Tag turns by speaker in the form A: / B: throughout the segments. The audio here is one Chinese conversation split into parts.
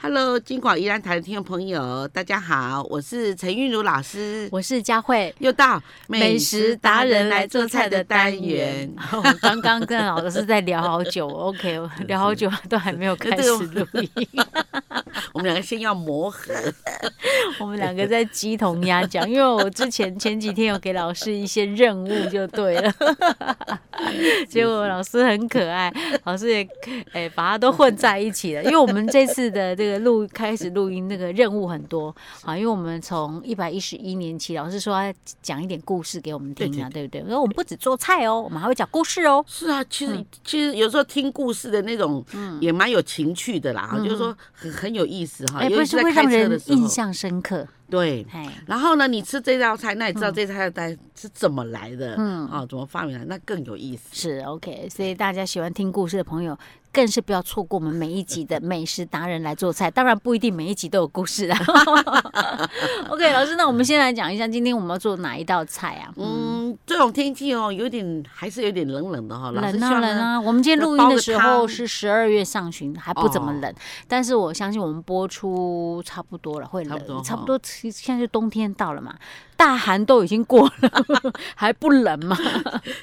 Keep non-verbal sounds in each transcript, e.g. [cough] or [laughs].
A: Hello，金广宜兰台的听众朋友，大家好，我是陈韵如老师。
B: 我是佳慧。
A: 又到
B: 美食达人来做菜的单元，我哦刚刚跟老师在聊好久哦，OK，聊 [laughs] 好久都还没有开始录 [laughs] 音，
A: [laughs] 我们两个先要磨合。
B: 我们两个在鸡同鸭讲，因为我之前前几天有给老师一些任务就对了， [laughs] 结果老师很可爱，老师也哎、把它都混在一起了，因为我们这次的这个录开始录音那个任务很多啊，因为我们从一百一十一年起，老师说要讲一点故事给我们听啊，对不对？我说我们不止做菜哦，我们还会讲故事哦。
A: 是啊，其实、其实有时候听故事的那种，
B: 嗯
A: 也蛮有情趣的啦，就是说很很有意思哈。
B: 哎、
A: 啊尤
B: 不
A: 其
B: 是
A: 在
B: 会
A: 开
B: 让
A: 车的
B: 人
A: 时候
B: 印，象深刻，
A: 对。
B: 哎，
A: 然后呢，你吃这道菜，那你知道这道菜单是怎么来的？嗯，
B: 嗯
A: 啊，怎么发明的？那更有意思。
B: 是 OK，所以大家喜欢听故事的朋友，更是不要错过我们每一集的美食达人来做菜。当然不一定每一集都有故事啊。OK，老师，那我们先来讲一下今天我们要做哪一道菜啊？
A: 嗯，这种天气哦，有点还是有点冷冷的哈、老师希
B: 冷啊
A: 望
B: 冷
A: 呢，
B: 啊！我们今天
A: 要
B: 录
A: 煲
B: 音的
A: 个
B: 时
A: 汤哦
B: 候是十二月上旬，还不怎么冷，但是我相信我们播出差不多了，会
A: 差不多
B: 冷，差
A: 哈
B: 不多其现在就冬天到了嘛，大寒都已经过了， [laughs] 还不冷吗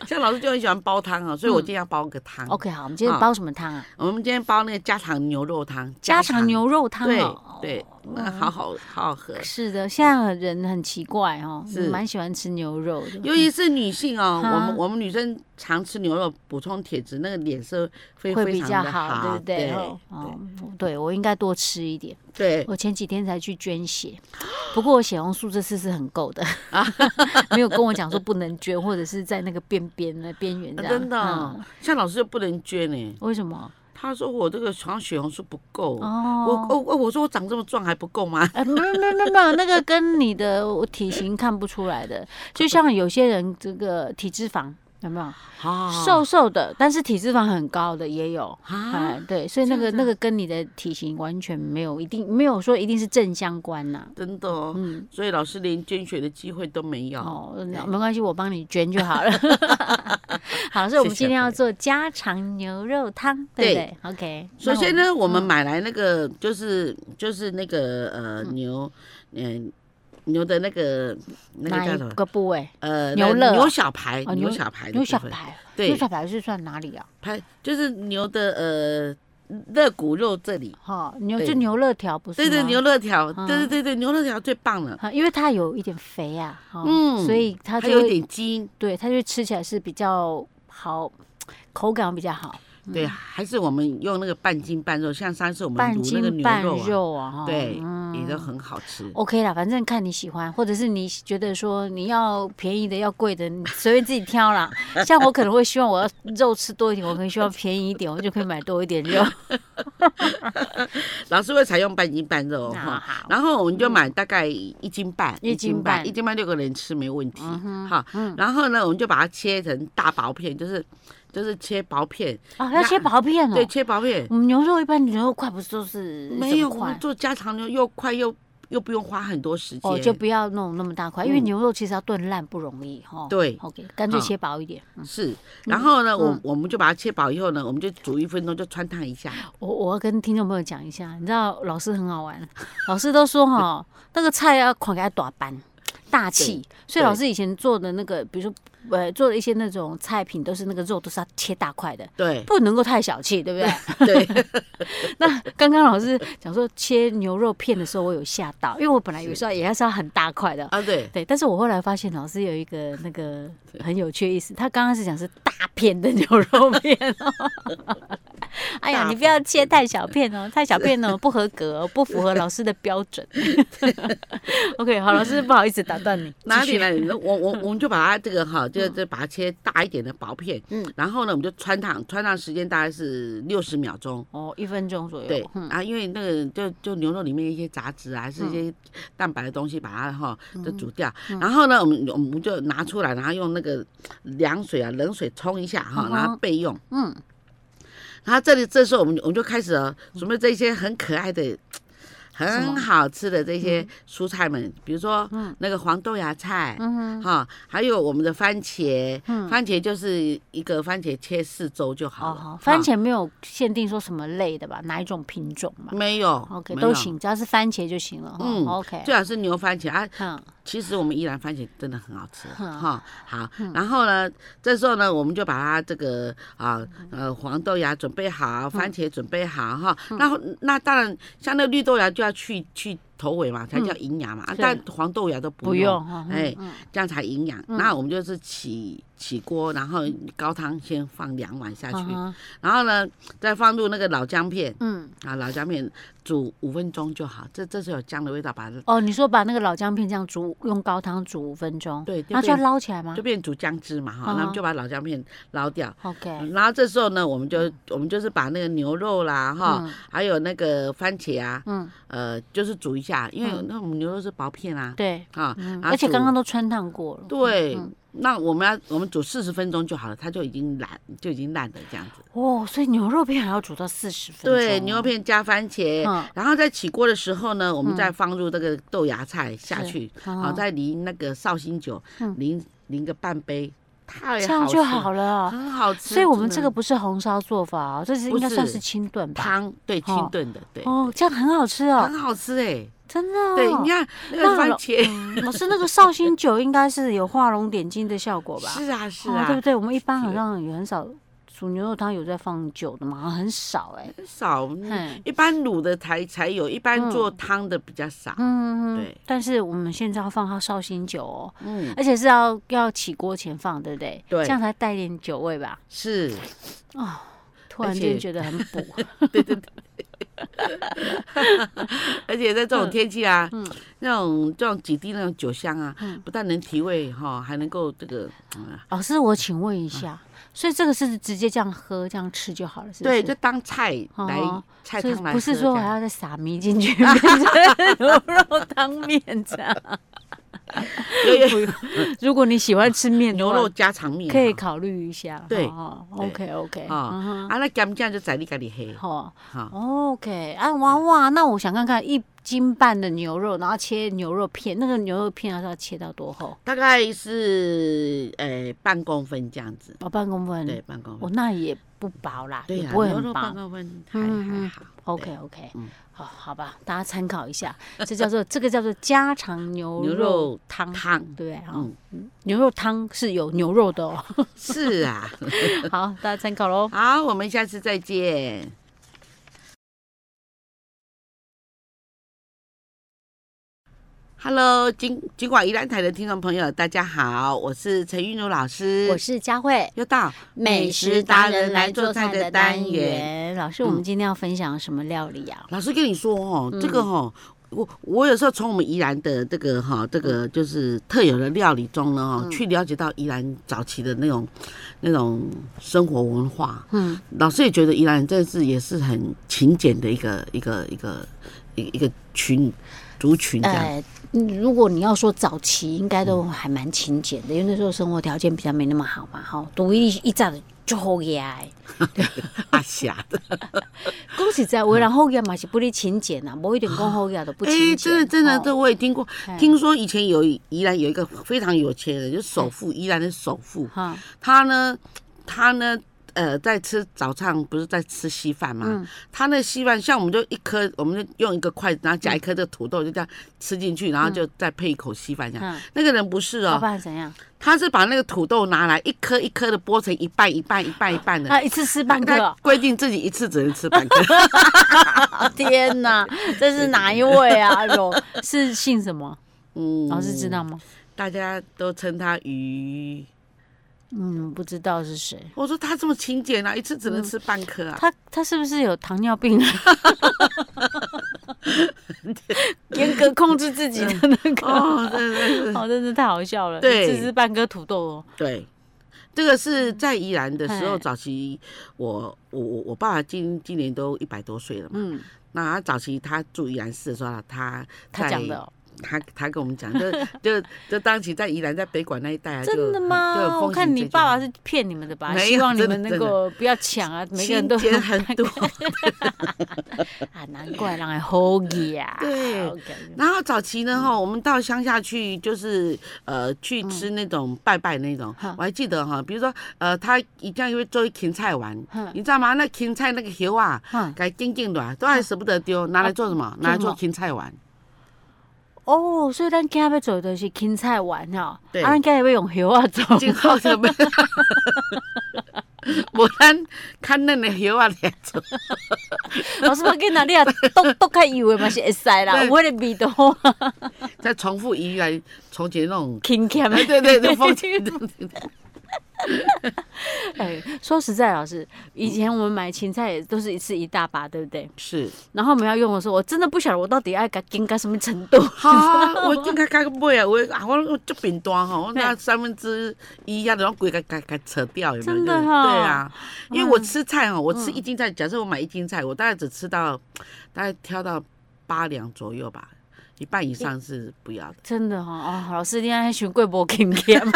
A: 像老师就很喜欢煲汤啊，所以我
B: 嗯
A: 今天要煲个汤。
B: ？OK，好，我们今天
A: 啊
B: 煲什么汤啊？
A: 我们今天煲那个家常牛肉汤，
B: 家常牛肉汤
A: 对
B: 哦。
A: 对，那好好好好喝，
B: 是的，现在人很奇怪哦，
A: 是
B: 蛮喜欢吃牛肉的。
A: 尤其是女性哦，
B: 哈
A: 我们我们女生常吃牛肉补充铁质，那个脸色会
B: 会
A: 非
B: 比
A: 常
B: 较
A: 的
B: 对不对？哦，对我应该多吃一点。
A: 对
B: 我前几天才去捐血，不过我血红素这次是很
A: [laughs]
B: 够的， [laughs] 没有跟我讲说不能捐，或者是在那个边边的边缘这
A: 对，
B: 样。
A: 真的
B: 嗯
A: 哦，像老师就不能捐呢，
B: 为什么？
A: 他说我这个好像血红素不够，我
B: 哦，
A: 我我我说我长这么壮还不够吗？
B: 呃，没有没有没有没有，那个跟你的体型看不出来的，就像有些人这个体脂肪有没有
A: [laughs] 啊，
B: 瘦瘦的，但是体脂肪很高的也有。
A: 啊
B: 哎，，对，所以那个那个跟你的体型完全没有一定没有说一定是正相关呐、
A: 真的哦，
B: 嗯，
A: 所以老师连捐血的机会都没有。
B: 哦，那没关系，我帮你捐
A: [laughs]
B: 就好了。好，所以我们今天要做家常牛肉汤，对不对？OK。
A: 首先
B: 呢，
A: 呢，我们买来那个就是就是那个呃牛，嗯牛的那个那个
B: 哪
A: 叫
B: 一
A: 什么？
B: 个部位？
A: 呃，
B: 牛
A: 那
B: 肋
A: 牛小排，
B: 哦
A: 牛
B: 牛
A: 小排的
B: 牛
A: 部
B: 小
A: 分，
B: 排，牛
A: 对，
B: 小排是算哪里啊？
A: 排就是牛的呃肋骨肉这里，
B: 哈，牛
A: 对
B: 就牛肋条哦不是
A: 对
B: 吗？
A: 对，牛肋条，对
B: 嗯
A: 对对对，牛肋条最棒了，
B: 啊，因为它有一点肥啊，哈
A: 嗯
B: 所以它
A: 还
B: 就
A: 有一
B: 会
A: 点筋，
B: 对，它就吃起来是比较好，口感比较好。
A: 对，还是我们用那个半斤半肉，像上次我们
B: 嗯半
A: 卤那个
B: 斤
A: 牛
B: 半
A: 肉
B: 肉啊，
A: 啊，
B: 哈
A: 对，也
B: 嗯
A: 都很好吃。
B: OK 啦，反正看你喜欢，或者是你觉得说你要便宜的要贵的，你随便自己
A: [laughs]
B: 挑啦。像我可能会希望我要肉吃多一点，我可能希望便宜一点，我就可以买多一点肉。
A: 老师会采用半斤半肉哦
B: 那
A: 哈，
B: 好，
A: 然后我们就买大概一斤半，
B: 一斤半
A: 一斤半六个人吃没问题。
B: 嗯
A: 好，
B: 嗯
A: 然后呢，我们就把它切成大薄片，就是就是切薄片， [laughs]
B: 啊，要切薄片哦。
A: 对，切薄片。
B: 我们牛肉一般牛肉块不是都是
A: 没有，
B: 这么
A: 我们
B: 块
A: 做家常牛又快又又不用花很多时间。
B: 哦，就不要弄那么大块，因为
A: 嗯
B: 牛肉其实要炖烂不容易哈。
A: 对
B: ，OK，干脆
A: 嗯
B: 切薄一点。嗯
A: 是，然后呢，我
B: 嗯
A: 我们就把它切薄以后呢，我们就煮一分钟，就穿烫一下。
B: 我我要跟听众朋友讲一下，你知道老师很好玩，老师都说哈，那个菜要狂给它打斑，大气。所以老师以前做的那个，比如说呃，做的一些那种菜品，都是那个肉都是要切大块的，
A: 对
B: 不能够太小气，对不对？
A: 对，
B: [laughs] 那刚刚老师讲说切牛肉片的时候，我有吓到，因为我本来有时候也是要很大块的。
A: 啊对，
B: 对，但是我后来发现老师有
A: [laughs]
B: 一个那个很有趣的意思，他刚开始讲是大片的牛肉片、哦， [laughs]
A: 大
B: 哎呀，你不要切太小片哦，太小
A: [laughs]
B: 片哦不合格、哦，不符合老师的标准。OK，好，老师不好意思打断你，
A: 哪里
B: 继续？嗯
A: 来？我我我们就把它这个哈，就就把它切大一点的薄片，嗯
B: 嗯，
A: 然后呢，我们就穿烫，穿烫时间大概是六十秒钟。
B: 哦，一分钟左右。
A: 对，
B: 嗯
A: 啊，因为那个就就牛肉里面一些杂质啊，是一些蛋白的东西，把它哈
B: 嗯
A: 就煮掉。然后呢，我们我们就拿出来，然后用那个凉水啊、冷水冲一下哈，
B: 嗯哼
A: 然后备用。
B: 嗯，
A: 哦然后这里这时候我们我们就开始了准备这些很可爱的很好吃的这些蔬菜们，比如说那个黄豆芽菜，
B: 嗯哼，
A: 哈，还有我们的番茄，
B: 嗯
A: 番茄就是一个番茄切四周就好
B: 哦
A: 了。
B: 好，
A: 哈
B: 番茄没有限定说什么类的吧，哪一种品种嘛
A: 没有
B: ？OK，
A: 嗯没
B: 都
A: 有
B: 行，只要是番茄就行了。嗯
A: 嗯
B: ，OK，
A: 最好是牛番茄啊。
B: 嗯
A: 其实我们宜兰番茄真的很好吃
B: 嗯
A: 哈、好，然后呢，这时候呢，我们就把它这个啊呃黄豆芽准备
B: 嗯
A: 好，番茄准备好哈。那后那当然，像那绿豆芽就要去去头尾嘛，才叫营养嘛。啊
B: 嗯是
A: 但黄豆芽都
B: 不
A: 不
B: 用
A: 用，，
B: 哈
A: 哎，
B: 嗯
A: 这样才营养。那我们就是起起锅，然后高汤先放两碗下去，
B: 嗯
A: 然后呢再放入那个老姜片
B: 嗯，
A: 啊，老姜片煮五分钟就好。这这时候有姜的味道，把它
B: 哦，你说把那个老姜片这样煮，用高汤煮五分钟，
A: 对就
B: 然后就要
A: 变
B: 捞起来吗
A: 就变煮姜汁嘛哈，
B: 嗯哼
A: 那我们就把老姜片捞掉。
B: ？OK，
A: 然后这时候呢，我们就我们就是把那个牛肉啦哈
B: 嗯，
A: 还有那个番茄啊，
B: 嗯，
A: 呃，就是煮一下，因为那我们牛肉是薄片啊，
B: 对，
A: 啊，
B: 嗯，
A: 然后
B: 而且
A: 煮
B: 刚刚都穿烫过了，
A: 对
B: 嗯，
A: 那我们要我们煮四十分钟就好了，它就已经烂就已经烂了这样子。
B: 哦，所以牛肉片还要煮到四十分钟哦，
A: 对，牛肉片加番茄，
B: 嗯，
A: 然后在起锅的时候呢，我们再放入这个豆芽菜下
B: 是
A: 去，好，
B: 好
A: 再淋那个绍兴酒
B: 嗯，
A: 淋淋个半杯，太
B: 这
A: 好
B: 样就
A: 吃
B: 好了。
A: 很好吃。
B: 所以我们
A: 真
B: 这
A: 的
B: 个不是红烧做法哦，这是
A: 不
B: 应该算是
A: 是
B: 清炖吧？
A: 汤对
B: 哦
A: 清炖的，对，
B: 哦，这样很好吃哦，
A: 很好吃哎。
B: 真的哦。
A: 对，你看那
B: 那
A: 个番
B: 老嗯
A: 茄，
B: 老师那个绍兴酒应该是有画龙点睛的效果吧？
A: 是啊是
B: 哦对不
A: 啊，
B: 对？我们一般好
A: 是
B: 像也很少煮牛肉汤有在放酒的嘛，好像很少哎、
A: 很少
B: 嗯
A: 一般卤的才才有，一般做汤的比较少。
B: 嗯，
A: 对。
B: 但是我们现在要放它绍兴酒哦，
A: 嗯，
B: 而且是要要起锅前放，对不对？
A: 对
B: 这样才带点酒味吧。
A: 是，
B: 突然
A: 而
B: 间
A: 且
B: 觉得很补。
A: [laughs] 而且在这种天气啊，
B: 嗯
A: 那种这种几滴那种酒香啊，不但能提味哈，还能够这个，嗯
B: 老师，我请问一下，所以这个是直接这样喝、这样吃就好了，是不
A: 对，
B: 是？
A: 就当菜来
B: 哦
A: 菜
B: 所以
A: 汤来
B: 不是
A: 喝
B: 说
A: 这
B: 我还
A: 样
B: 要再撒米进去变成牛肉汤面
A: [laughs]
B: 这样。
A: 对 [laughs]
B: 不用如果你喜欢吃面的
A: 牛
B: 话，
A: 肉家常面
B: 可以
A: 哈
B: 考虑一下。
A: 对
B: 哦嗯
A: 对
B: ，OK OK，
A: 啊啊，那干酱就在你家里黑
B: 好
A: 哈，
B: ，OK，啊，哇哇，那我想看看一斤半的牛肉，然后切牛肉片，那个牛肉片要是要切到多厚？
A: 大概是呃半公分这样子，
B: 哦，半公分。
A: 对，半公分
B: 哦，。那也不薄啦，
A: 对
B: 也
A: 呀、
B: 不会
A: 牛
B: 很
A: 肉
B: 薄
A: 半。公分还
B: 嗯
A: 还
B: 嗯
A: 好。
B: OK OK，
A: 嗯
B: 好，好吧，大家参考一下，这叫做这个叫做家常 [laughs] 牛
A: 牛
B: 肉
A: 肉
B: 汤，
A: 汤
B: 对不对？哈
A: 嗯，
B: 牛肉汤是有牛肉的 [laughs] 哦。
A: 是啊。
B: 好，大家参考喽。
A: 好，我们下次再见。Hello，金金广宜兰台的听众朋友，大家好，我是陈玉茹老师，
B: 我是佳慧，
A: 又到
B: 美食达人来做菜的单。元。嗯老师，我们今天要分享什么料理啊？
A: 老师跟你说哦，
B: 嗯
A: 这个哦。我我有时候从我们宜兰的这个哈，这
B: 嗯
A: 个就是特有的料理中呢，哦，去了解到宜兰早期的那种那种生活文化。
B: 嗯，
A: 老师也觉得宜兰这是也是很勤俭的一个一个一个一一个群族群这样。嗯
B: 呃，如果你要说早期，应该都还蛮勤俭的，因为那时候生活条件比较没那么好嘛，哈，独一一炸的就好呀。
A: [laughs] 阿霞的，
B: 讲实在
A: 嗯
B: 话，人好嘢嘛是不离勤俭呐，无一点讲好嘢都 [laughs] 不勤俭。
A: 哎真的真的，
B: 哦
A: 这我也听过
B: 哎。
A: 听说以前有宜兰有一个非常有钱人，就
B: 哎
A: 首富，宜兰的首富，
B: 哈，
A: 他呢，他呢，呃，在吃早餐不是在吃稀饭吗？
B: 嗯
A: 他那稀饭像我们就一颗，我们就用一个筷子，然后夹一颗这个土豆，就这样吃进去，然后就再配一口稀饭这样。
B: 嗯
A: 那个人不是
B: 要
A: 哦
B: 不，然怎样？
A: 他是把那个土豆拿来一颗一颗的剥成一半一半一半一半的。
B: 啊，一次吃半
A: 他
B: 个，
A: 规定自己一次只能吃半
B: [laughs]
A: 颗，
B: 啊天哪，这是哪一位啊？哎
A: [laughs]
B: 呦，是姓什么？
A: 嗯
B: 老师哦知道吗？
A: 大家都称他鱼。
B: 嗯，不知道是谁。
A: 我说他这么勤俭啊，一次只能吃半颗啊。
B: 嗯他他是不是有糖尿病
A: [laughs]
B: 啊？严格控制自己的那个，
A: 哦，对对对 [laughs]
B: 哦，真是太好笑了。
A: 对
B: 只是半颗土豆哦。
A: 对，这个是在宜兰的时候，
B: 哎
A: 早期我我我我爸爸今今年都一百多岁了嘛。
B: 嗯，
A: 那他早期他住宜兰市的时候，他
B: 他
A: 在
B: 讲的哦，
A: 他他跟我们讲，就就就当时在宜兰，在北管那一带啊，就
B: 真的
A: 就有
B: 吗？
A: 风
B: 我看
A: 行
B: 你
A: 这
B: 爸
A: 种
B: 爸是骗你们的吧？
A: 没
B: 希
A: 有
B: 望你
A: 真的
B: 们能
A: 真的
B: 够不要抢啊，每个人
A: 情
B: 都
A: 节很多。
B: [laughs] 啊，难怪让人好气啊！
A: [laughs] 对
B: 好感人，
A: 然后早期呢，哈，我们到乡下去，就是呃，去吃
B: 嗯
A: 那种拜拜那种。
B: 哈
A: 我还记得哈，比如说呃，他一定要会做一芹菜丸，
B: 哼
A: 你知道吗？那芹菜那个油啊，
B: 哼，
A: 该净净的，都还舍不得丢，拿来做什么？拿来做芹菜丸。
B: 哦，所以咱今日要做的就是芹菜丸哦，
A: 对
B: 啊，咱今日要用油啊做，
A: 今后就没。无咱看恁的油啊来做，
B: [laughs] 老师，我跟你讲，你啊剁剁开油的嘛是会使
A: [laughs]
B: 啦，
A: 对
B: 我的味道好啊，
A: 再重复一来重解那种。
B: 芹菜
A: 哎，对对对，风
B: [laughs]
A: 景。
B: 哎，说实在，老师，以前我们买芹菜也都是一次一大把，对不对？
A: 是，
B: 然后我们要用的时候，我真的不晓得我到底爱该芹到什么程度。 [laughs]
A: 好、啊，我应该该买啊，我啊，我这饼干吼，我拿三分之一啊，然后鬼给给给扯掉，有没有？
B: 真的
A: 就是
B: 哦
A: 对啊，因为我吃菜哦，我吃一斤菜，假设我买一斤菜，我大概只吃到大概挑到八两左右吧，一半以上是不要的，
B: 真的哈、哦，老师，你还选贵博芹菜
A: [laughs]
B: 吗？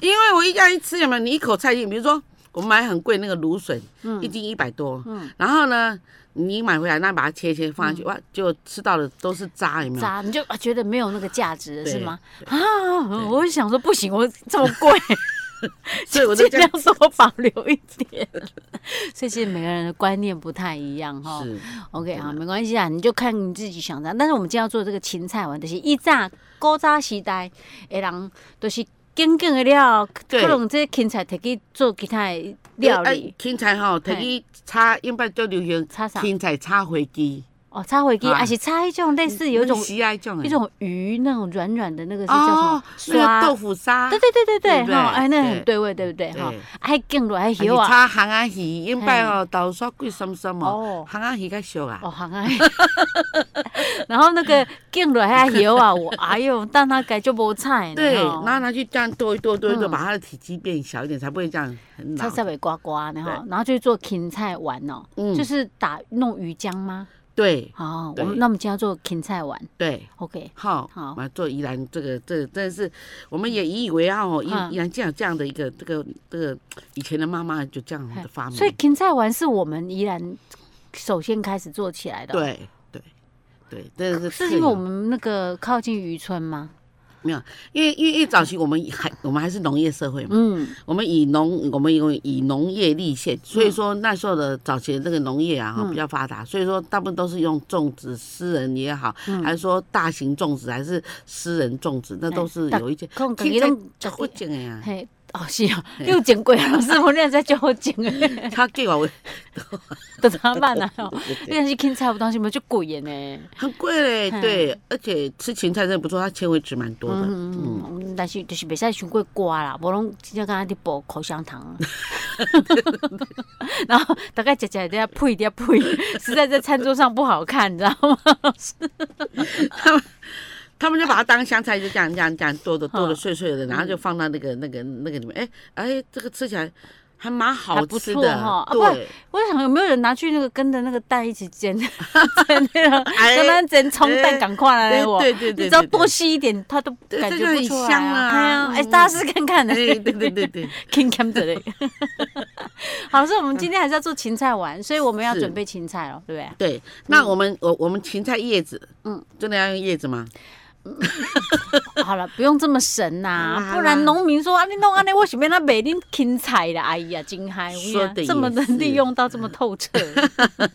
A: 因为我一家一吃有没有？你一口菜进，比如说我们买很贵那个芦笋，一斤一百多，
B: 嗯
A: 然后呢，你买回来那把它切切放下去，哇，就吃到的都是渣，有没有？
B: 渣，你就啊觉得没有那个价值了，
A: 对
B: 是吗？啊，我就想说不行，我这么贵，
A: 所 [laughs] 以我就这
B: 尽 [laughs]
A: 样
B: 量多保留一点。 [laughs] 所以其实每个人的观念不太一样哈。
A: [laughs] 是
B: OK 啊，没关系啊，你就看你自己想的。但是我们今天要做的这个芹菜丸，就是一炸古早时代的人，都是紧紧的料，
A: 对
B: 可能这芹菜摕去做其他的料理
A: 哎，芹菜吼，摕去炒，因摆最流行
B: 炒啥
A: 芹菜炒回鸡，
B: 哦，炒回去，
A: 啊
B: 还是炒一种类似有一种
A: 喜爱种的
B: 一种鱼那种软软的那个是叫什
A: 哦
B: 么？，
A: 那个豆腐沙，
B: 对对对对
A: 对不
B: 对，
A: 对
B: 哈，哎，那
A: 对
B: 很对味，对不对？哈
A: 对，
B: 还更落还
A: 还是
B: 油啊，
A: 炒行啊鱼，因摆吼豆沙贵深深哦
B: 哦，
A: 行啊鱼较俗啊
B: 哦，，行 [laughs] 啊。然后那个 [laughs] 更落还油啊，我哎呦，但它改就无菜呢，
A: 对，
B: 吼
A: 然后拿去这样剁一剁，剁一剁，
B: 哦嗯
A: 把它的体积变小一点，才不会这样很
B: 它
A: 老。
B: 才会呱呱呢哈
A: 对，
B: 然后就做芹菜丸哦，
A: 嗯
B: 就是打弄鱼浆吗？
A: 对
B: 哦，
A: 对
B: 我们那我们今天要做芹菜丸
A: 对。
B: ，OK，
A: 好，
B: 好
A: 嘛做宜兰这个，这真的是，我们也引以为傲哦。宜
B: 嗯
A: 宜兰竟然有这样的一个，这个这个以前的妈妈就这样的发明，
B: 所以芹菜丸是我们宜然首先开始做起来的哦，
A: 对对对，真的是
B: 是
A: 特
B: 因为
A: 有
B: 我们那个靠近渔村吗？
A: 没有，因为因为因为早期我们还我们还是农业社会嘛，
B: 嗯，
A: 我们以农我们以以农业立县，所以说那时候的早期的这个农业啊哈
B: 嗯
A: 比较发达，所以说大部分都是用种植，私人也好，还是说大型种植还是私人种植，那都是
B: 嗯哎
A: 有一些
B: 可能自己
A: 芹菜
B: 都
A: 超种的呀，
B: 嘿，哦是哦，你有剪过啊，老师，我那在叫我剪
A: [laughs]
B: [laughs] 诶，
A: 超贵
B: [laughs]
A: 啊，我
B: 都怎么办啊？哦，你那是芹菜有当时嘛就贵的呢，
A: 很贵嘞，
B: 嘿
A: 对，而且吃芹菜真的不错，它纤维质蛮多的，嗯。
B: 嗯，嗯但是就是袂使伤过瓜啦，无拢真正敢若伫剥口香糖，然后大概食食在遐配在配，实在在餐桌上不好看，你知道吗？
A: 他们就把它当香菜，就这样这样这样剁的剁的
B: 嗯
A: 碎碎的，然后就放到那个那个那个里面。哎哎，这个吃起来还蛮好
B: 还不
A: 吃
B: 错哈
A: 的，
B: 啊不然
A: 对，
B: 我在想有没有人拿去那个跟着那个蛋一起煎，煎那个，
A: 哎
B: 跟咱煎葱蛋赶快来哎我。
A: 对对对，
B: 你只要
A: 对
B: 多吸一点，它都
A: 对
B: 感
A: 这
B: 觉
A: 就
B: 不
A: 很
B: 出来
A: 香啊
B: 啊！哎呀，
A: 嗯
B: 哎，大家试看看
A: 对
B: 呢。
A: 哎，对对对对，
B: King Cam 之类。好，所以我们今天还是要做芹菜丸，所以我们要
A: 是
B: 准备芹菜了，对不对？ [laughs]
A: 对。那我们我我们芹菜叶子，嗯
B: 嗯，
A: 真的要用叶子吗？
B: [laughs] 好了，不用这么神呐、
A: 啦
B: 不然农民说啊，你弄啊，你我想要那卖恁芹菜啦，哎呀，真嗨，我跟你
A: 说
B: 讲
A: 得也
B: 这么的
A: 是
B: 利用到这么透彻，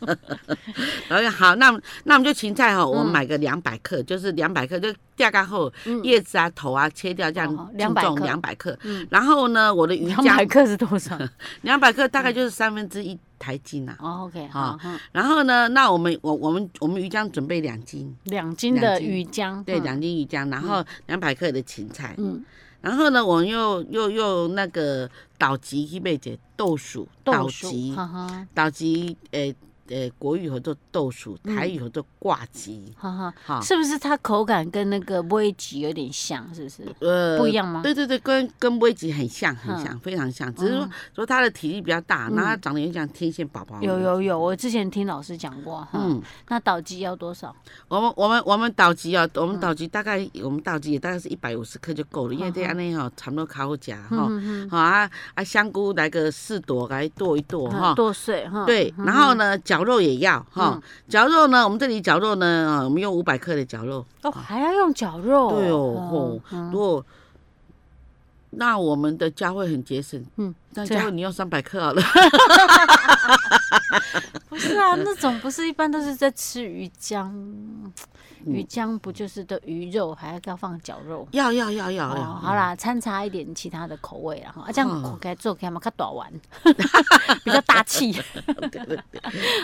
B: [laughs]
A: 然后好，那那我们就芹菜哈，我们
B: 嗯
A: 买个两百克，就是两百克，就掉干后叶子啊、头啊切掉，这
B: 哦
A: 样
B: 200克嗯
A: 两百克。然后呢，我的瑜
B: 两
A: 伽
B: 百克是嗯多少？
A: 两百克大概就是三分之一台斤啊。
B: 哦，OK，
A: 好
B: 好，嗯
A: 然后呢，那我们我我们我们鱼浆准备两斤，
B: 两斤
A: 两
B: 的
A: 斤
B: 鱼浆，
A: 对，
B: 嗯，
A: 两斤鱼浆，然后两百克的芹菜，
B: 嗯，
A: 然后呢，我们又又又那个岛吉去备解豆薯，
B: 豆
A: 岛
B: 薯，
A: 吉
B: 哈哈，
A: 岛吉诶呃国语和做豆薯，台语和做挂鸡，
B: 哈
A: 哈
B: 哈，嗯是不是它口感跟那个波吉有点像？是不是
A: 呃
B: 不一样吗？哦
A: 对对对，跟跟威吉很像，很像，非常像，只是说说他的体力比较大，然后他长得有点像天线宝宝。
B: 嗯有。有有，我之前听老师讲过哈。
A: 嗯，
B: 那岛鸡要多少？
A: 我们我们我们岛级
B: 嗯
A: 啊，我们岛级大概我们岛级也大概是一百五十克就够了，因为
B: 嗯
A: 这样那吼差不多烤甲哈，好啊啊香菇来个四朵，来剁一剁哈，
B: 嗯剁碎哈。
A: 对，然后呢绞肉也要哈
B: 嗯，
A: 绞肉呢我们这里绞肉呢，啊我们用五百克的绞肉，
B: 哦，还要用绞肉。嗯
A: 对哦，吼，如果那我们的家会很节省，
B: 嗯，
A: 那
B: 对啊
A: 家会你用三百克好了，
B: 不是啊，那种不是一般都是在吃鱼浆，
A: 嗯
B: 鱼浆不就是的鱼肉，还要要放绞肉。
A: 要要要要嗯要，
B: 哦，好啦，掺杂一点其他的口味啦，哈，啊，这样
A: 嗯
B: 口开做开嘛，较
A: [laughs]
B: 短丸，比较大气。
A: 对
B: [laughs]
A: 对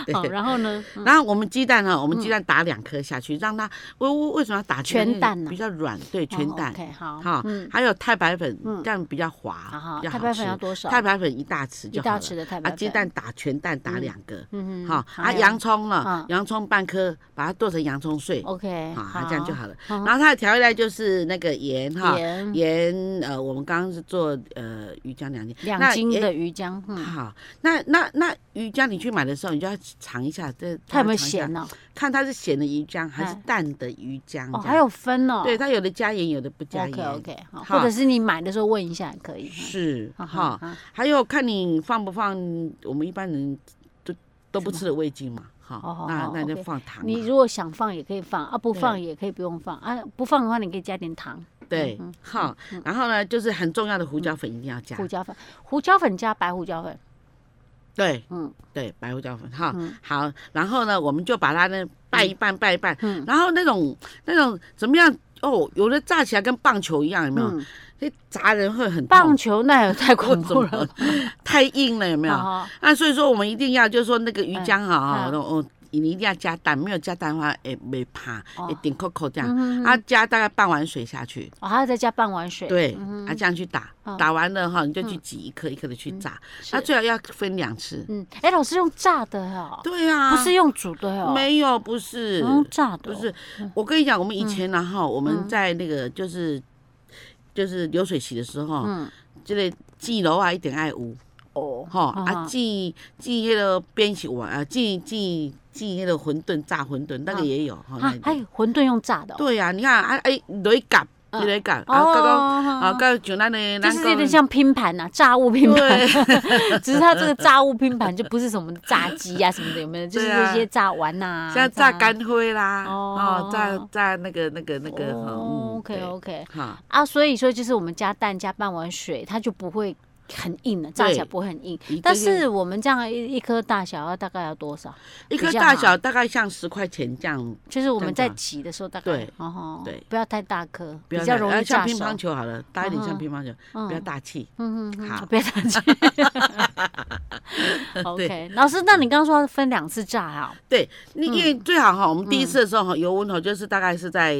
A: 对
B: 好，然后呢，嗯
A: 然后我们鸡蛋呢，我们鸡蛋打两颗下去，让它为为为什么要打
B: 全蛋呢
A: 比较软，对，全
B: 哦
A: 蛋。
B: ，OK，好，
A: 哈
B: 嗯，，
A: 还有太白粉，
B: 嗯
A: 这样比较
B: 好
A: 滑
B: 好，，
A: 比较
B: 太
A: 好
B: 白
A: 吃
B: 粉。要多少？
A: 太白粉一大匙
B: 一
A: 就好
B: 大匙
A: 了。
B: 的太白
A: 啊，
B: 粉。
A: 鸡蛋打全蛋打两个，
B: 嗯，嗯
A: 哈啊，
B: 还有
A: 洋葱了
B: 嗯，
A: 洋葱半颗，把它剁成洋葱碎，
B: ，OK，
A: 啊，这样就好了。
B: 好嗯
A: 然后它的调味料就是那个盐哈，
B: 盐
A: 盐呃，我们刚刚是做呃鱼浆两斤，
B: 两
A: 那
B: 斤
A: 盐
B: 的鱼浆，嗯，
A: 好，那哎那那鱼浆你去买的时候，你就要尝一下，这
B: 它有没有
A: 尝一下
B: 咸？呢？
A: 看它是咸的鱼浆还是
B: 哎
A: 淡的鱼浆。
B: 哦，
A: 这
B: 还
A: 样，
B: 有分哦，
A: 对，它有的加盐，有的不加
B: ，OK
A: 盐。
B: OK，好，
A: 哈
B: 或者是你买的时候问一下也可以。
A: 是
B: 嗯
A: 哈，，
B: 嗯
A: 还有看你放不放，我们一般人都都不吃的味精嘛，
B: 哦
A: 哈
B: 哦，
A: 那
B: 哦
A: 那就
B: ，OK
A: 放糖
B: 你
A: 嘛。
B: 如果想放也可以放啊，不
A: 对
B: 放也可以不用放啊，不放的话你可以加点糖，
A: 对，哈，然后呢，就是很重要的胡椒粉一定要加
B: 嗯胡，椒粉，胡椒粉加白胡椒粉，
A: 对
B: 嗯
A: 对，白胡椒粉哈
B: 嗯，
A: 好，然后呢，我们就把它呢拌一拌，拌一拌，
B: 嗯
A: 然后那种那种怎么样？哦，有的炸起来跟棒球一样，有没有？
B: 嗯，
A: 那砸人会很痛
B: 棒球那也太恐怖
A: [laughs] 我
B: 了，哦
A: 太硬了，有没有？
B: 好好
A: 那所以说我们一定要，就是说那个鱼浆哈、
B: 嗯
A: 哦，哦，你一定要加蛋，没有加蛋的话，哎，没怕，
B: 哦
A: 一点扣扣这样，
B: 嗯，
A: 啊，加大概半碗水下去，
B: 我哦还要再加半碗水，
A: 对，
B: 嗯
A: 啊，这样去打，
B: 好
A: 打完了哈，你就去挤一颗一颗的去炸，那
B: 嗯是，
A: 最好要分两次，
B: 嗯，哎，老师用炸的哦，
A: 对啊，
B: 不是用煮的哦，
A: 没有，不是，
B: 哦用炸的
A: 不
B: 哦，嗯
A: 是，我跟你讲，我们以前然后我们在那个就是就是流水席的时候，
B: 嗯，
A: 这个祭楼啊一定爱有。
B: 哦，
A: 吼、
B: 嗯
A: 啊，
B: 嗯
A: 寄寄迄个边是碗啊，寄寄寄迄个馄饨炸馄饨，那个
B: 嗯
A: 也有哈。那，
B: 啊
A: 个
B: 还有馄饨用炸的哦，
A: 对呀、你看啊哎，雷夹，
B: 嗯
A: 雷夹，啊，刚刚啊，
B: 哦，
A: 刚像咱的，
B: 就
A: 咱
B: 是有
A: 讲
B: 点像拼盘呐，炸物拼盘。
A: 对
B: [laughs] 只是它这个炸物拼盘就不是什么炸鸡呀、什么的，有没有？就是
A: 对啊
B: 这些炸丸呐、
A: 像炸干灰啦，
B: 哦
A: 哦，炸炸那个那个那个，哈嗯
B: 哦、OK
A: 对
B: OK
A: 哈，
B: 啊，所以说就是我们加蛋加半碗水，它就不会很硬了，炸起来不会很硬。
A: 一个
B: 但是我们这样一一颗大小要大概要多少？
A: 一
B: 比
A: 颗
B: 较
A: 大
B: 好
A: 小大概像十块钱这样，
B: 就是我们在
A: 这样子啊
B: 挤的时候大概
A: 对
B: 哦吼
A: 对
B: 不要太大颗，
A: 不要
B: 比较
A: 太
B: 容
A: 啊
B: 易
A: 像
B: 炸
A: 乒
B: 手。
A: 乓球好了，大一点像
B: 嗯
A: 乒乓球，
B: 嗯
A: 不要大气。
B: 嗯嗯，嗯
A: 好
B: 不
A: [laughs]
B: 要大气。OK，老师，那你刚刚说要分两次炸啊？
A: 对，你因为
B: 嗯
A: 最好哈，我们第一次的时候哈，油温哈就是大概是在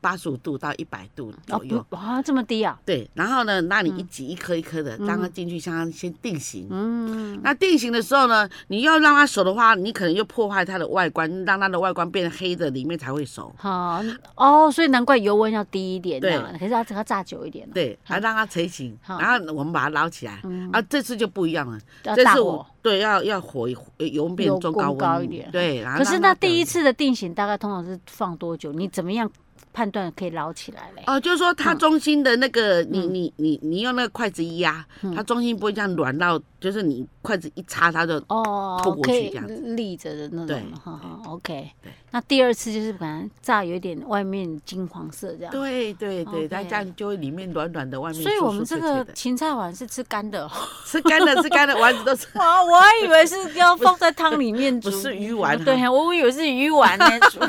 A: 八十五度到一百度
B: 哦
A: 左右。
B: 不，哇，这么低啊？
A: 对，然后呢，那你一挤一颗一颗的，让它进去，让它先定型。
B: 嗯，
A: 那定型的时候呢，你要让它熟的话，你可能就破坏它的外观，让它的外观变成黑的，里面才会熟。
B: 好哦，所以难怪油温要低一点呐、
A: 对
B: 可是它它炸久一点、啊，
A: 对，还让它成型，
B: 好嗯
A: 然后我们把它捞起来。啊，这次就不一样了，
B: 要
A: 这
B: 大
A: 次我
B: 火。
A: 对要要火呃油温变
B: 油
A: 中
B: 温
A: 高温
B: 高一点
A: 对。然后
B: 可是
A: 让
B: 那
A: 它表
B: 第一
A: 面
B: 次的定型大概通常是放多久？你怎么样判断可以捞起来嘞？
A: 哦，就是说它中心的那个，
B: 嗯
A: 你你你你用那个筷子一压，它中心不会这样软到，就是你筷子一插它就
B: 哦
A: 透，过
B: 可
A: 去
B: 以
A: 这样子
B: 立着的那
A: 对
B: 种，哈哈，OK
A: 对。
B: 那第二次就是把它炸有一点外面金黄色这样。
A: 对对对，
B: OK
A: 它这样就会里面软软的，外面
B: 所以我们这
A: 酥酥脆
B: 个
A: 脆的
B: 芹菜碗是吃干的哦， [laughs]
A: 吃干的吃干的，丸子都是
B: 啊，我还以为是要放在汤里面 [laughs] 煮，
A: 不是鱼丸啊
B: 对啊，我以为是鱼丸 [laughs] 呢，煮，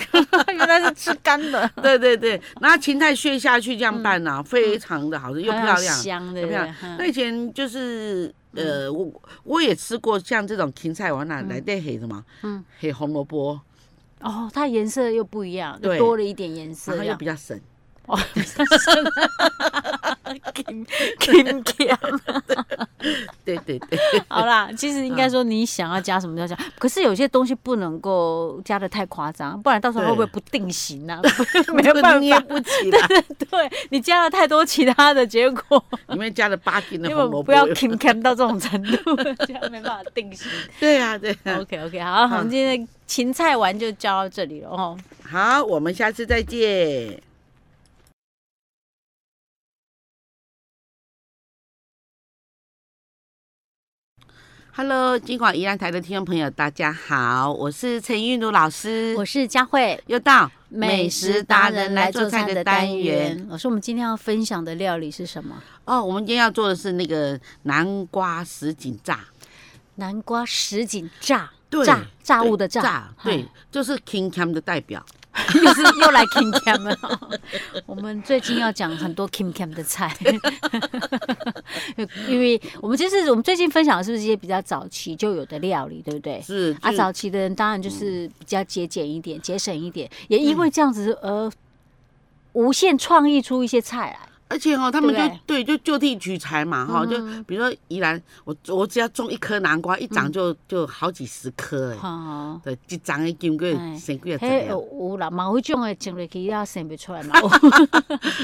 B: 原来是吃干的。
A: 对对对，然后芹菜削下去这样拌呢，非常的好吃又
B: 还
A: 漂
B: 嗯很
A: 亮。
B: 香的，嗯
A: 又漂亮那以前就是呃，我我也吃过像这种芹菜丸啊，来带黑什么，
B: 嗯
A: 黑红萝卜，
B: 哦，它颜色又不一样，又
A: 对
B: 啊多了一点颜色
A: 然后
B: 这
A: 又
B: 样
A: 比。较省。
B: 哦， [laughs] 金金钱。
A: 对对对，
B: [laughs] 好啦，其实应该说你想要加什么就加，可是有些东西不能够加的太夸张，不然到时候会不会不定型啊？ [laughs] [laughs] 没有
A: 这个
B: 办
A: 捏
B: 法。
A: 不起来，
B: [laughs] 对你加了太多其他的结果，
A: [laughs] 里面加了八斤的
B: 因
A: 红萝卜
B: 为不，要 kim cam 到这种程度，这样没办法定型。
A: [laughs] 对呀、啊、对、啊。
B: OK OK，好，我们今天的芹菜丸就教到这里了哦。
A: 好，我们下次再见。Hello，金广宜兰台的听众朋友，大家好，我是陈韵如老师
B: 我，是佳慧，
A: 又到
B: 老师，我们今天要分享的料理是什么？
A: 哦。我们今天要做的是那个南瓜什锦炸，
B: 南瓜什锦炸，
A: 对
B: 炸炸物
A: 对
B: 的
A: 炸
B: [laughs] 炸，
A: 对，就是 King Cam 的代表。
B: 嗨，又是又来 Kim Cam 了哦。 [laughs] 我们最近要讲很多 Kim Cam 的菜， [laughs] 因为我们其实我们最近分享的是不是一些比较早期就有的料理，对不对？
A: 是
B: 啊，
A: 就
B: 早期的人当然就是比较节俭一点、节省一点，也因为这样子而无限创意出一些菜来。
A: 而且哦，他们就
B: 对不嗯
A: 对就就地取材嘛哈、就比如说宜兰，我我只要种一颗南瓜，一长就、就好几十颗哎、
B: 哦，
A: 对，一长的金龟
B: 哎
A: 生几个十
B: 嘿，
A: 个
B: 有有啦，嘛有种的种落去也生不出来嘛。有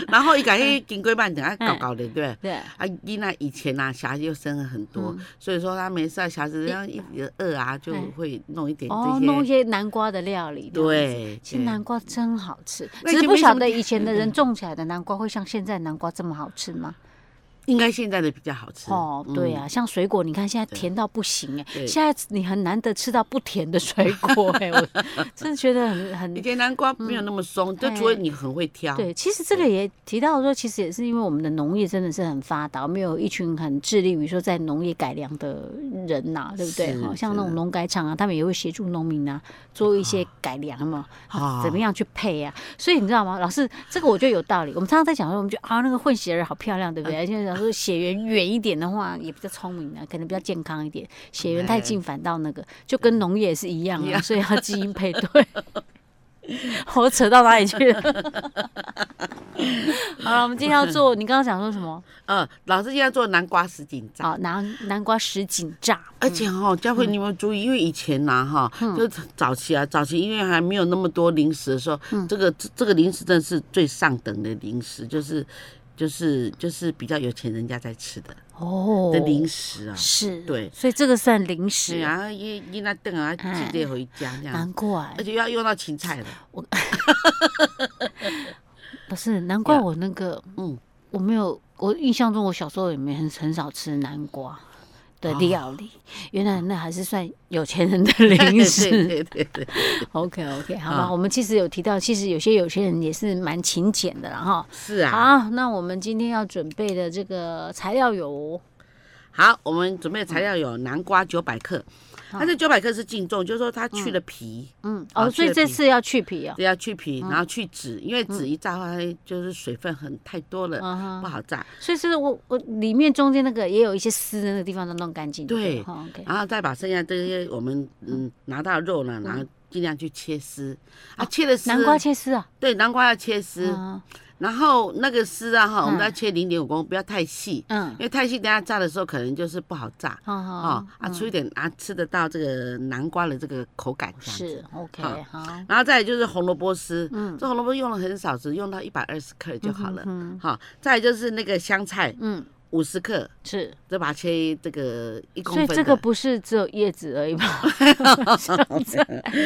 A: 然后伊甲
B: 嗯
A: 迄金龟板等下
B: 哎
A: 搞搞的，对不对。
B: 对，
A: 啊，囡仔以前啊，小孩子又生了很多，
B: 嗯
A: 所以说他没事啊，小孩子这样一饿啊，就会弄一点
B: 哎哦，弄
A: 这
B: 一
A: 些。
B: 些南瓜的料理。这样子
A: 对
B: 其实
A: 对
B: 南瓜真好吃，
A: 那
B: 只是
A: 前
B: 不
A: 面
B: 晓
A: 什么
B: 得以前的
A: 嗯
B: 人种起来的南瓜会像现在南瓜这么好吃吗？
A: 应该现在的比较好吃。
B: 哦，对啊，像水果，你看现在甜到不行哎，
A: 嗯对
B: 现在你很难得吃到不甜的水果哎，
A: [laughs]
B: 我真的觉得很很
A: 以前南瓜没有那么松，就除非你很会挑。
B: 嗯对，其实这个也提到说，其实也是因为我们的农业真的是很发达，我们有一群很致力于说在农业改良的人呐、对不对？
A: 是
B: 好像那种
A: 是
B: 农改场啊，他们也会协助农民啊做一些改良嘛，
A: 啊
B: 怎么样去配啊？所以你知道吗，老师，这个我觉得有道理。我们常常在讲说，我们觉得啊，那个混血儿好漂亮，对不对？
A: 嗯
B: 而且想说血缘远一点的话，也比较聪明啊，可能比较健康一点。血缘太近，反倒那个就跟农业也是一样
A: 嗯一
B: 啊，
A: 样
B: 所以要基因配对。我扯到哪里去了？ [laughs] 好了，我们今天要做，你刚刚讲说什么？
A: 呃，老师现在做南瓜什锦炸。
B: 好，南南瓜什锦炸，
A: 而且哦，佳
B: 嗯
A: 慧，你有没有注意？因为以前呐，哈，就早期啊，早期因为还没有那么多零食的时候，
B: 嗯
A: 这个这这个零食真的是最上等的零食，就是就是就是比较有钱人家在吃的
B: 哦
A: 的零食啊。
B: 是，
A: 对
B: 所以这个算零食
A: 对，啊，一一那等啊，
B: 哎
A: 直接回家这样，
B: 难怪
A: 而且要用到芹菜了。
B: 不是难怪
A: 呀
B: 我那个
A: 嗯，
B: 我没有，我印象中我小时候也没很很少吃南瓜
A: 啊
B: 的料理，原来那还是算有钱人
A: [laughs]
B: 的 [laughs] 零
A: 对
B: [laughs] 食。
A: 对对对，
B: OK OK，好吧，
A: 啊
B: 我们其实有提到，其实有些有些人也是蛮勤俭的啦哈。
A: 是啊。
B: 好，那我们今天要准备的这个材料有
A: 好，我们准备的材
B: 嗯
A: 料有南瓜九百克，它这九百克是净重，就是说它去了皮，
B: 嗯
A: 好
B: 哦，所
A: 去
B: 以
A: 了
B: 这
A: 啊皮
B: 次要去皮哦。
A: 对，要去皮，然后去籽，因为籽一炸的话，它就是水分很太多了，
B: 嗯
A: 不
B: 哼，
A: 好炸。
B: 所以是我我里面中间那个也有一些丝的那个地方都弄干净就了。
A: 对啊
B: 哈，OK，
A: 然后再把剩下这些我们嗯拿到的肉呢，然后尽量去切丝啊，切的丝
B: 嗯哦南瓜切丝啊，
A: 对南瓜要切丝，
B: 嗯
A: 然后那个丝啊哈，我们
B: 嗯
A: 要切零点五公，不要太细，
B: 嗯
A: 因，为太细等下炸的时候可能就是不好炸
B: 好好
A: 哦
B: 好，
A: 啊，出一点啊吃得到这个南瓜的这个口感这样
B: 是
A: 子。啊
B: OK，
A: 好
B: 好，
A: 然后再来就是红萝卜丝，
B: 嗯
A: 这红萝卜用了很少，只用到一百二十克就好了。
B: 嗯
A: 好，再来就是那个香菜
B: 嗯，
A: 五十克，
B: 是，
A: 再把它切这个一公
B: 所以
A: 分的。
B: 这个不是只有叶子而已
A: [laughs]
B: 吧？香菜，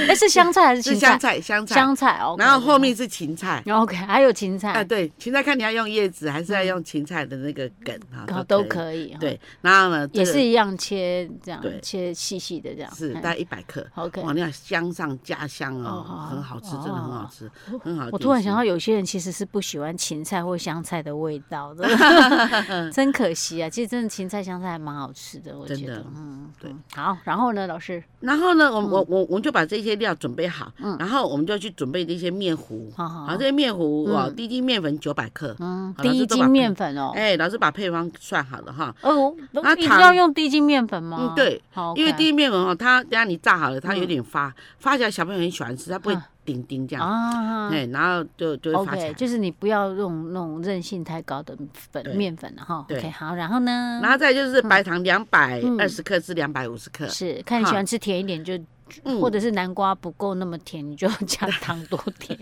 B: 哎，是香菜还是
A: 是
B: 芹
A: 香
B: 菜？
A: 菜，香菜，
B: 香菜哦。
A: 然后后面是芹菜。
B: OK，还有芹
A: 哎，
B: 菜，
A: 对，芹菜看你要用叶子还是要用芹菜的那个梗啊，
B: 然后
A: 都
B: 嗯都
A: 以。
B: 可以。，哦
A: 对，然后呢，这
B: 也
A: 个
B: 是一样切这样，
A: 对
B: 切细细的这样。
A: 是
B: 哎
A: 大概一百克。
B: OK。
A: 哇，那要香上加香
B: 哦
A: 哦
B: 好，哦
A: 很好吃，真的很好吃，很好。
B: 我突然想到，，有些人其实是不喜欢芹菜或香菜的味道的，
A: [laughs]
B: 真可惜啊！其实真的芹菜、香菜还蛮好吃的，我
A: 真
B: 觉
A: 的
B: 得。嗯，
A: 对
B: 嗯。好，然后呢，老师？
A: 然后呢，我
B: 嗯
A: 我我我们就把这些料准备好，然后我们就去准备那些面糊。
B: 好好
A: 好，这些面糊哦，第一斤面粉九百克。
B: 嗯，
A: 好老
B: 第
A: 师
B: 一
A: 都把
B: 斤面粉哦。
A: 哎，老师把配方算好了哈，
B: 哦，
A: 啊
B: 一定
A: 糖
B: 要用低筋面粉吗？
A: 嗯对
B: 好，
A: 因为第一
B: 一嗯
A: 面粉哦，它等下你炸好了，它有点发，发起来小朋友很喜欢吃，它不会
B: 啊
A: 钉钉这样，
B: 啊
A: 哎，然后就就会发财
B: ，OK，。就是你不要用那种韧性太高的粉
A: 对
B: 面粉了啊哈。
A: 对
B: OK，好，然后呢？
A: 然后再就是白糖两百
B: 嗯
A: 二十克至两百五十克，
B: 是看你喜
A: 哈
B: 欢吃甜一点就，
A: 嗯
B: 或者是南瓜不够那么甜，你就加糖多甜。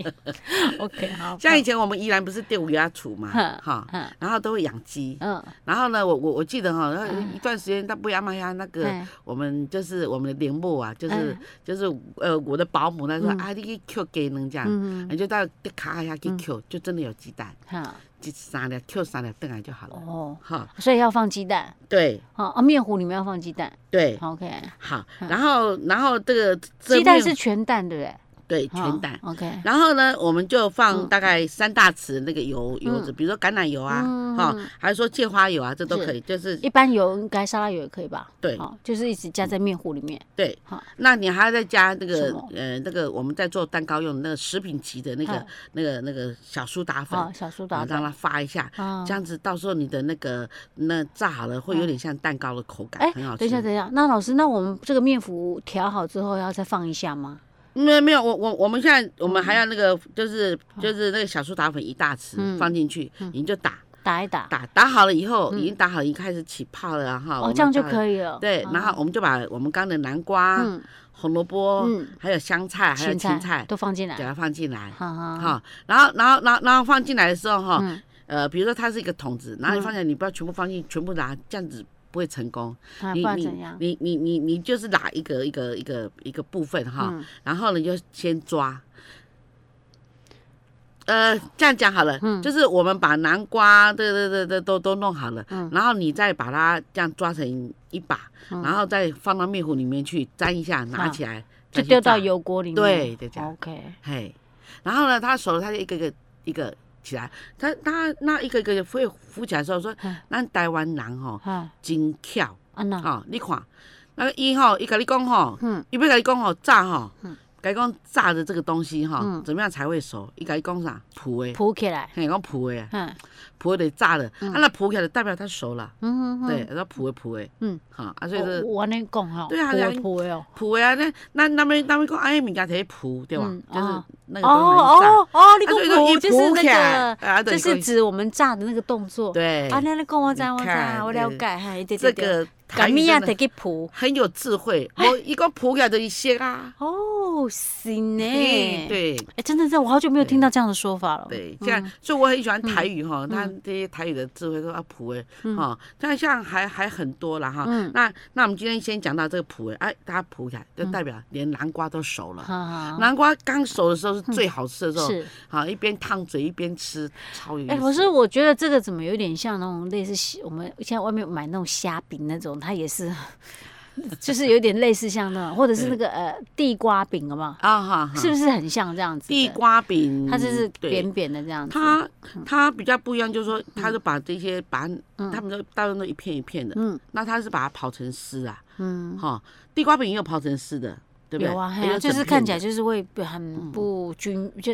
B: OK，好，
A: 嗯 [laughs]
B: [laughs]
A: 像以前我们宜兰不是电五鸭厨嘛
B: 哼，
A: 哈，
B: 嗯
A: 然后都会养鸡，
B: 嗯，
A: 然后呢，我我我记得哈，然后一段时间他不亚妈呀，那个
B: 哎
A: 我们就是我们的陵墓啊，就是
B: 哎
A: 就是呃我的保姆那时候
B: 嗯
A: 啊，你去 Q 给人这样，
B: 嗯，
A: 你就到卡一下去
B: 嗯
A: Q，就真的有鸡蛋，
B: 好
A: 就三粒 Q 三粒等来就好了。
B: 哦，
A: 哈，
B: 所以要放鸡蛋
A: 对
B: 哦，啊，面糊里面要放鸡蛋。
A: 对，
B: OK，
A: 好，
B: 嗯
A: 然后然后这个这
B: 鸡蛋
A: 面
B: 是全蛋对不对？
A: 对
B: 哦
A: 全蛋。
B: OK，
A: 然后呢，我们就放
B: 嗯
A: 大概三大匙那个油油脂，比如说橄榄油啊，
B: 嗯
A: 哈
B: 嗯，
A: 还是说芥花油啊，这都
B: 是
A: 可以，就是
B: 一般油应该沙拉油也可以吧？
A: 对
B: 哦，就是一直加在面糊里面。
A: 对
B: 好，
A: 那你还要再加那
B: 什
A: 个
B: 么
A: 呃那个我们在做蛋糕用的那个食品级的那个
B: 嗯
A: 那个那个小苏打粉
B: 好，，哦小苏打
A: 啊让它
B: 粉。
A: 发一下，
B: 啊
A: 这样子到时候你的那个那炸好了会有点像蛋糕的口
B: 嗯哎
A: 感，很好吃。
B: 等一下，等一下，那老师，那我们这个面糊调好之后要再放一下吗？
A: 没有没有，我我我们现在我们还要那个就是就是那个小苏打粉一大匙
B: 嗯
A: 放进去，你就打
B: 打一打，
A: 打打好了以后，已经打好了，已经开始起泡了哈。
B: 哦，这样就
A: 以。
B: 可以了。
A: 对，然后我们就把我们刚的南瓜、
B: 嗯
A: 红萝卜
B: 嗯，
A: 还有香菜，还有
B: 芹
A: 芹菜，
B: 都放进来
A: 给，它放进来。
B: 哈哈，
A: 哈，然后然后然后然后放进来的时候哈，
B: 嗯
A: 呃，比如说它是一个桶子，然后你放进来，你不要全部放进，全部拿，这样子不会成功。
B: 啊，不
A: 你
B: 然
A: 你
B: 怎样？
A: 你你你你就是拿一个一个一个一个部分哈，
B: 嗯
A: 然后呢你就先抓。呃，这样讲好了，
B: 嗯
A: 就是我们把南瓜，对对对对，都都弄好了，
B: 嗯
A: 然后你再把它这样抓成一把，
B: 嗯
A: 然后再放到面糊里面去沾一下，拿
B: 啊
A: 起来再
B: 就
A: 去
B: 丢到
A: 炸
B: 油锅里面。
A: 对就这样
B: OK，
A: 嘿，然后呢，他熟了，他就一个一个一个起来，他他那一个一个会浮起来的时候说
B: 嗯，
A: 咱台湾人吼
B: 啊，
A: 真巧
B: 安娜，
A: 哦，你看那个伊吼，伊跟你讲吼，
B: 嗯
A: 伊要跟你讲吼炸吼
B: 嗯，
A: 跟你讲炸的这个东西哈
B: 嗯，
A: 怎么样才会熟？伊跟你讲啥？铺的，
B: 铺起来，
A: 嘿，讲铺的啊，
B: 嗯
A: 铺的炸的，啊那铺起来代表它熟了，
B: 嗯嗯，
A: 对，那铺的铺的，
B: 嗯，
A: 哈，啊所以
B: 嗯，
A: 说
B: 我我那讲哦，
A: 对啊对啊
B: 铺铺的哦。
A: 铺的啊，那那那边那边讲哎，物件提铺对吧
B: 嗯？
A: 就是
B: 哦
A: 那个
B: 哦
A: 东西炸。
B: 哦哦，你
A: 啊
B: 个
A: 所以说
B: 铺
A: 一
B: 就是
A: 铺
B: 那
A: 起来
B: 个，
A: 啊对
B: 就
A: 所
B: 是
A: 以
B: 指我们炸的那个动作。
A: 对，
B: 啊，那那讲我知我
A: 你
B: 知，
A: 看
B: 我了解，哎，对
A: 这
B: 对对。
A: 个
B: 干
A: 台语
B: 咪啊，
A: 真的
B: 得去铺。
A: 很有智慧。我一个普雅的一些啊，
B: 哦，是
A: 对
B: 呢。，
A: 对
B: 哎，真的，这我好久没有听到这样的说法了。
A: 对，
B: 嗯
A: 这样，所以我很喜欢台语哈，他这些台语的智慧都要普哎哈，但像还还很多了哈。
B: 嗯，
A: 那那我们今天先讲到这个普哎，哎，大家普雅就代表连南瓜都熟了。
B: 好好，
A: 南瓜刚熟的时候是最好吃的时候，
B: 是。
A: 好一边烫嘴一边吃，超有意思。
B: 哎、可是我觉得这个怎么有点像那种类似西我们现在外面买那种虾饼那种，它也是， [laughs] 就是有点类似像那种，或者是那个呃地瓜饼，好不好？
A: 啊哈，哈
B: 是不是很像这样子的？
A: 地瓜饼，
B: 它就是
A: 对
B: 扁扁的这样子。
A: 它它比较不一样，就是说，它就把这些把
B: 嗯
A: 他们都大部分都一片一片的，
B: 嗯
A: 那它是把它刨成丝啊，
B: 嗯，
A: 哈，地瓜饼也有刨成丝的，对不对？
B: 有啊，
A: 也
B: 嘿啊就是
A: 整片
B: 看起
A: 的嗯
B: 来就是会不很不均，就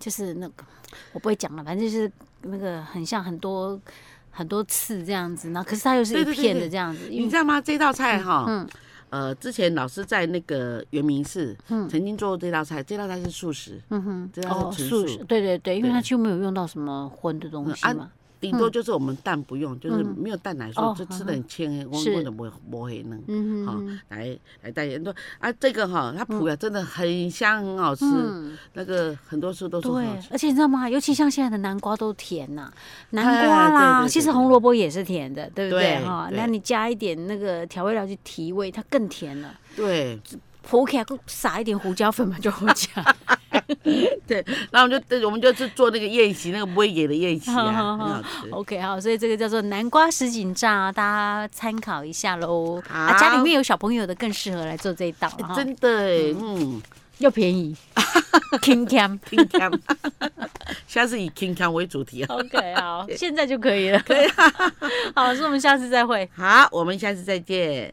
B: 就是那个我不会讲了，反正就是那个很像很多很多刺这样子，然后可是它又是
A: 对
B: 一
A: 对对
B: 片
A: 对
B: 的这样子，因
A: 你
B: 为
A: 知道吗？这道菜哈，
B: 嗯
A: 呃，之前老师在那个圆明寺
B: 嗯
A: 曾经做过这道菜，这道菜是素食，
B: 嗯哼
A: 这，叫
B: 哦，
A: 纯
B: 素
A: 素
B: 食，对对对，因为
A: 对
B: 它几乎没有用到什么荤的东
A: 嗯
B: 西
A: 啊
B: 嘛。
A: 顶多就是我们蛋不用，就是
B: 嗯
A: 没有蛋来说，
B: 哦
A: 就吃的很清黑，温
B: 是
A: 温的磨磨黑呢。
B: 嗯
A: 好
B: 哼，
A: 来来代言，说啊，这个哈，它谱呀真的很香，很好吃。
B: 嗯，
A: 那个很多时候都是很好
B: 对
A: 吃，。
B: 而且你知道吗？尤其像现在的南瓜都甜呐、南
A: 哎
B: 瓜
A: 对
B: 啦，
A: 对
B: 其
A: 对
B: 实
A: 对
B: 红萝卜也是甜的，对不对
A: 对
B: 哈？
A: 对
B: 那你加一点那个调味料去提味，它更甜了。
A: 对，
B: 铺起来，撒一点胡椒粉嘛，就好 [laughs] 加。
A: 然后我们就对我们就是做那个宴席，那个威野的宴席啊，
B: 好好
A: 很
B: 好
A: 好吃。
B: OK，好，所以这个叫做南瓜什锦炸啊，大家参考一下喽。啊，
A: 好
B: 家里面有小朋友的更适合来做这一道了
A: 哎
B: 哈，
A: 真的哎， [laughs] 嗯，
B: 又便宜，King Cam。
A: [laughs] king cam，下次以 king cam 为主题啊。
B: OK，好，现在就可以了。可以、好，所以我们下次再会。
A: 好，我们下次再见。